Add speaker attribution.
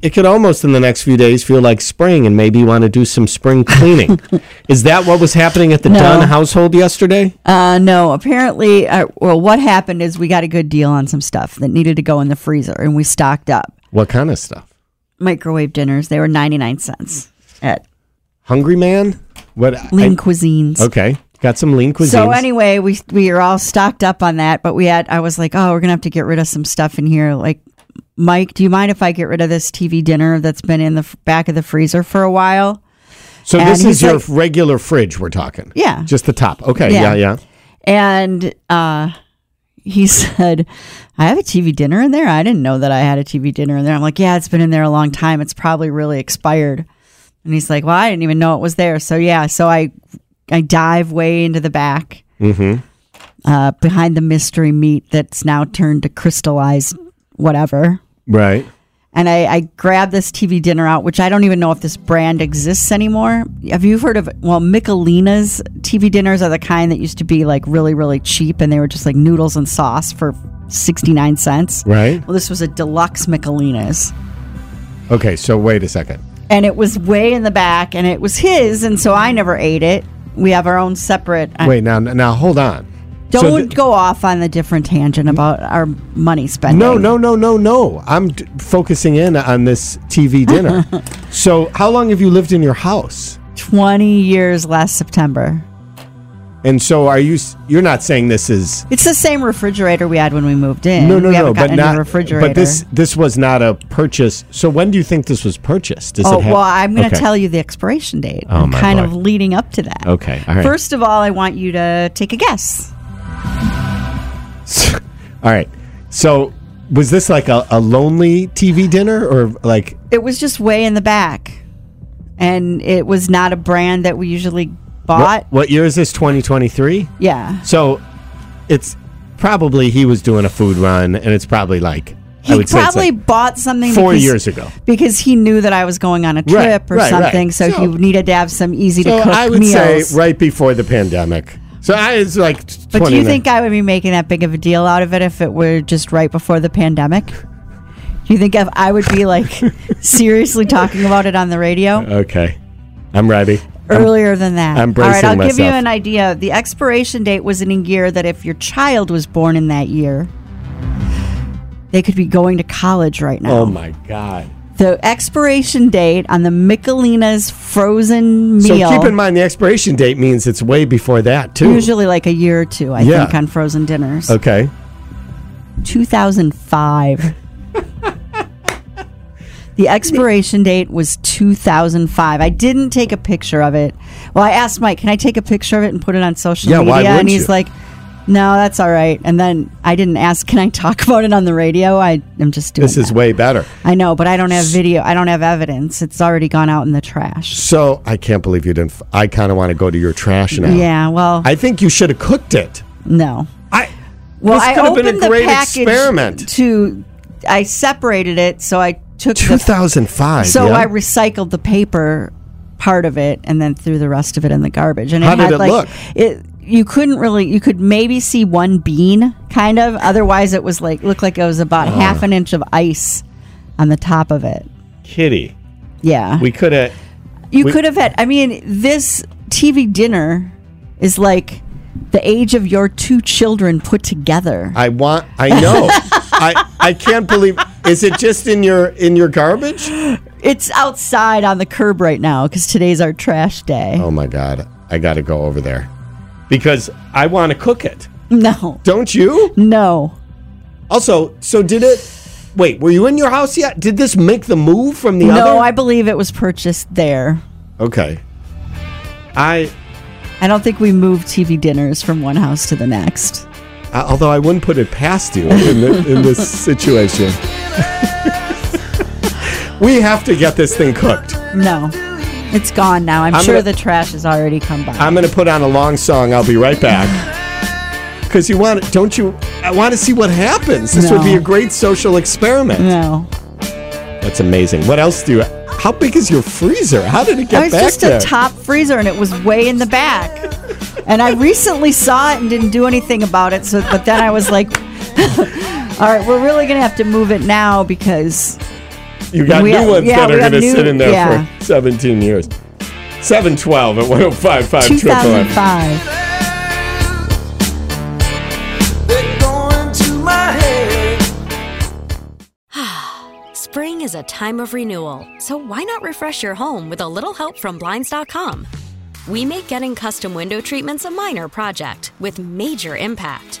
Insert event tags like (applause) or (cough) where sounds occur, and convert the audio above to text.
Speaker 1: It could almost in the next few days feel like spring and maybe you want to do some spring
Speaker 2: (laughs)
Speaker 1: cleaning. Is that what was happening at the
Speaker 2: No.
Speaker 1: Dunn household yesterday?
Speaker 2: Uh, no, apparently, uh, well, what happened is we got a good deal on some stuff that needed to go in the freezer, and we stocked up.
Speaker 1: What kind of stuff?
Speaker 2: Microwave dinners, they were 99 cents at
Speaker 1: Hungry man? What? I-
Speaker 2: Lean Cuisines.
Speaker 1: okay. Got some lean cuisines.
Speaker 2: So anyway, we we are all stocked up on that, but we had I was like, oh, we're gonna have to get rid of some stuff in here. Like, Mike, do you mind if I get rid of this TV dinner that's been in the f- back of the freezer for a while?
Speaker 1: So
Speaker 2: and
Speaker 1: this is
Speaker 2: he's
Speaker 1: your
Speaker 2: like-
Speaker 1: regular fridge we're talking.
Speaker 2: Yeah.
Speaker 1: Just the top. Okay. Yeah.
Speaker 2: Yeah.
Speaker 1: Yeah.
Speaker 2: And uh, he (laughs) said, I have a TV dinner in there. I didn't know that I had a TV dinner in there. I'm like, yeah, it's been in there a long time. It's probably really expired. And he's like, well, I didn't even know it was there. So yeah, so I I dive way into the back uh, behind the mystery meat that's now turned to crystallized whatever.
Speaker 1: Right.
Speaker 2: And I, I grabbed this TV dinner out, which I don't even know if this brand exists anymore. Have you heard of, well, Michelina's TV dinners are the kind that used to be like really, really cheap and they were just like noodles and sauce for 69 cents.
Speaker 1: Right.
Speaker 2: Well, this was a deluxe Michelina's.
Speaker 1: Okay. So wait a second.
Speaker 2: And it was way in the back and it was his. And so I never ate it. We have our own separate. I-
Speaker 1: Wait. Now. Now. Hold on. So
Speaker 2: don't
Speaker 1: th-
Speaker 2: go off on the different tangent about our money spending.
Speaker 1: No, no, no, no, no. I'm d- focusing in on this TV
Speaker 2: (laughs)
Speaker 1: dinner. so, how long have you lived in your house?
Speaker 2: 20 years last September.
Speaker 1: And so, are you? s- You're not saying this is
Speaker 2: It's the same refrigerator we had when we moved in.
Speaker 1: no, no,
Speaker 2: we
Speaker 1: no,
Speaker 2: haven't
Speaker 1: but
Speaker 2: gotten a new
Speaker 1: not.
Speaker 2: refrigerator.
Speaker 1: But this this was not a purchase. So, when do you think this was purchased? Does
Speaker 2: Oh
Speaker 1: it have-
Speaker 2: well, I'm going to
Speaker 1: Okay.
Speaker 2: tell you the expiration date.
Speaker 1: Oh,
Speaker 2: I'm
Speaker 1: my
Speaker 2: kind
Speaker 1: Lord.
Speaker 2: of leading up to that.
Speaker 1: Okay, all right.
Speaker 2: First of all, I want you to take a guess.
Speaker 1: (laughs) All right. So, was this like a, a lonely TV dinner or like?
Speaker 2: It was just way in the back, and it was not a brand that we usually bought.
Speaker 1: What, what year is this? 2023.
Speaker 2: Yeah,
Speaker 1: So, it's probably he was doing a food run, and it's probably like I
Speaker 2: he
Speaker 1: would say it's
Speaker 2: probably
Speaker 1: like
Speaker 2: bought something
Speaker 1: four
Speaker 2: because-
Speaker 1: years ago.
Speaker 2: because he knew that I was going on a trip
Speaker 1: Right,
Speaker 2: or
Speaker 1: right, right.
Speaker 2: something. So,
Speaker 1: So-
Speaker 2: he needed to have some easy
Speaker 1: So
Speaker 2: to cook
Speaker 1: I would
Speaker 2: meals.
Speaker 1: say right before the pandemic. So I it's like
Speaker 2: But do
Speaker 1: 20
Speaker 2: you think I would be making that big of a deal out of it if it were just right before the pandemic? Do you think if I would be
Speaker 1: (laughs)
Speaker 2: like seriously talking about it on the radio
Speaker 1: Okay, I'm ready.
Speaker 2: earlier than that?
Speaker 1: I'm
Speaker 2: All right,
Speaker 1: bracing
Speaker 2: I'll give you
Speaker 1: myself.
Speaker 2: an idea. The expiration date was in a year that if your child was born in that year, they could be going to college right now.
Speaker 1: Oh my god!
Speaker 2: The expiration date on the Michelina's frozen meal.
Speaker 1: So keep in mind the expiration date means it's way before that too.
Speaker 2: Usually, like a year or two, I
Speaker 1: Yeah.
Speaker 2: think, on frozen dinners.
Speaker 1: Okay. (laughs)
Speaker 2: 2005. the expiration date was 2005. I didn't take a picture of it. Well, I asked Mike, can I take a picture of it and put it on social
Speaker 1: Yeah,
Speaker 2: media?
Speaker 1: why
Speaker 2: and
Speaker 1: wouldn't
Speaker 2: he's
Speaker 1: you?
Speaker 2: like, no, that's all right. And then I didn't ask, can I talk about it on the radio? I, I'm just doing
Speaker 1: This is
Speaker 2: that.
Speaker 1: way better.
Speaker 2: I know, but I don't have video. I don't have evidence. It's already gone out in the trash.
Speaker 1: So I can't believe you didn't. f- I kind of want to go to your trash now.
Speaker 2: Yeah, well,
Speaker 1: I think you should have cooked it.
Speaker 2: no.
Speaker 1: I.
Speaker 2: Well,
Speaker 1: this
Speaker 2: I
Speaker 1: could have been a
Speaker 2: opened the
Speaker 1: great
Speaker 2: package
Speaker 1: experiment.
Speaker 2: to. I separated it, so I took the
Speaker 1: 2005.
Speaker 2: So
Speaker 1: yeah?
Speaker 2: I recycled the paper part of it and then threw the rest of it in the garbage. And
Speaker 1: How
Speaker 2: it
Speaker 1: did
Speaker 2: had
Speaker 1: it
Speaker 2: like
Speaker 1: look?
Speaker 2: it you couldn't really you could maybe see one bean kind of. Otherwise it was like looked like it was about
Speaker 1: Uh-huh.
Speaker 2: half an inch of ice on the top of it.
Speaker 1: Kitty,
Speaker 2: Yeah.
Speaker 1: we could have.
Speaker 2: you
Speaker 1: we-
Speaker 2: could have had I mean, this TV dinner is like the age of your two children put together.
Speaker 1: I want. I know. (laughs) I. I can't believe. Is it just in your in your garbage?
Speaker 2: It's outside on the curb right now because today's our trash day.
Speaker 1: Oh my God, I got to go over there because I want to cook it.
Speaker 2: No,
Speaker 1: Don't you?
Speaker 2: no.
Speaker 1: Also, so did it? Wait, were you in your house yet? Did this make the move from the other?
Speaker 2: No, I believe it was purchased there.
Speaker 1: Okay. I,
Speaker 2: I don't think we move TV dinners from one house to the next.
Speaker 1: I although I wouldn't put it past you in, the, in this situation. (laughs) We have to get this thing cooked.
Speaker 2: No, it's gone now. I'm,
Speaker 1: I'm
Speaker 2: sure
Speaker 1: gonna-
Speaker 2: the trash has already come by.
Speaker 1: I'm gonna put on a long song. I'll be right back. Because you want, don't you? I want to see what happens. This would be
Speaker 2: No.
Speaker 1: a great social experiment.
Speaker 2: no,
Speaker 1: That's amazing. What else do you? How big is your freezer? How did it
Speaker 2: it
Speaker 1: get
Speaker 2: was
Speaker 1: back
Speaker 2: Oh, just
Speaker 1: there?
Speaker 2: a top freezer, and it was way in the back. and I recently saw it and didn't do anything about it. So, but then I was like, (laughs) "All right, we're really gonna have to move it now because
Speaker 1: you got
Speaker 2: we
Speaker 1: new
Speaker 2: have-
Speaker 1: ones
Speaker 2: yeah,
Speaker 1: that
Speaker 2: we
Speaker 1: are
Speaker 2: have
Speaker 1: going to
Speaker 2: new-
Speaker 1: sit in there
Speaker 2: yeah.
Speaker 1: for 17 years. 712 at 1055 triple
Speaker 2: 2005."
Speaker 3: Spring is a time of renewal, so why not refresh your home with a little help from Blinds.com? We make getting custom window treatments a minor project with major impact.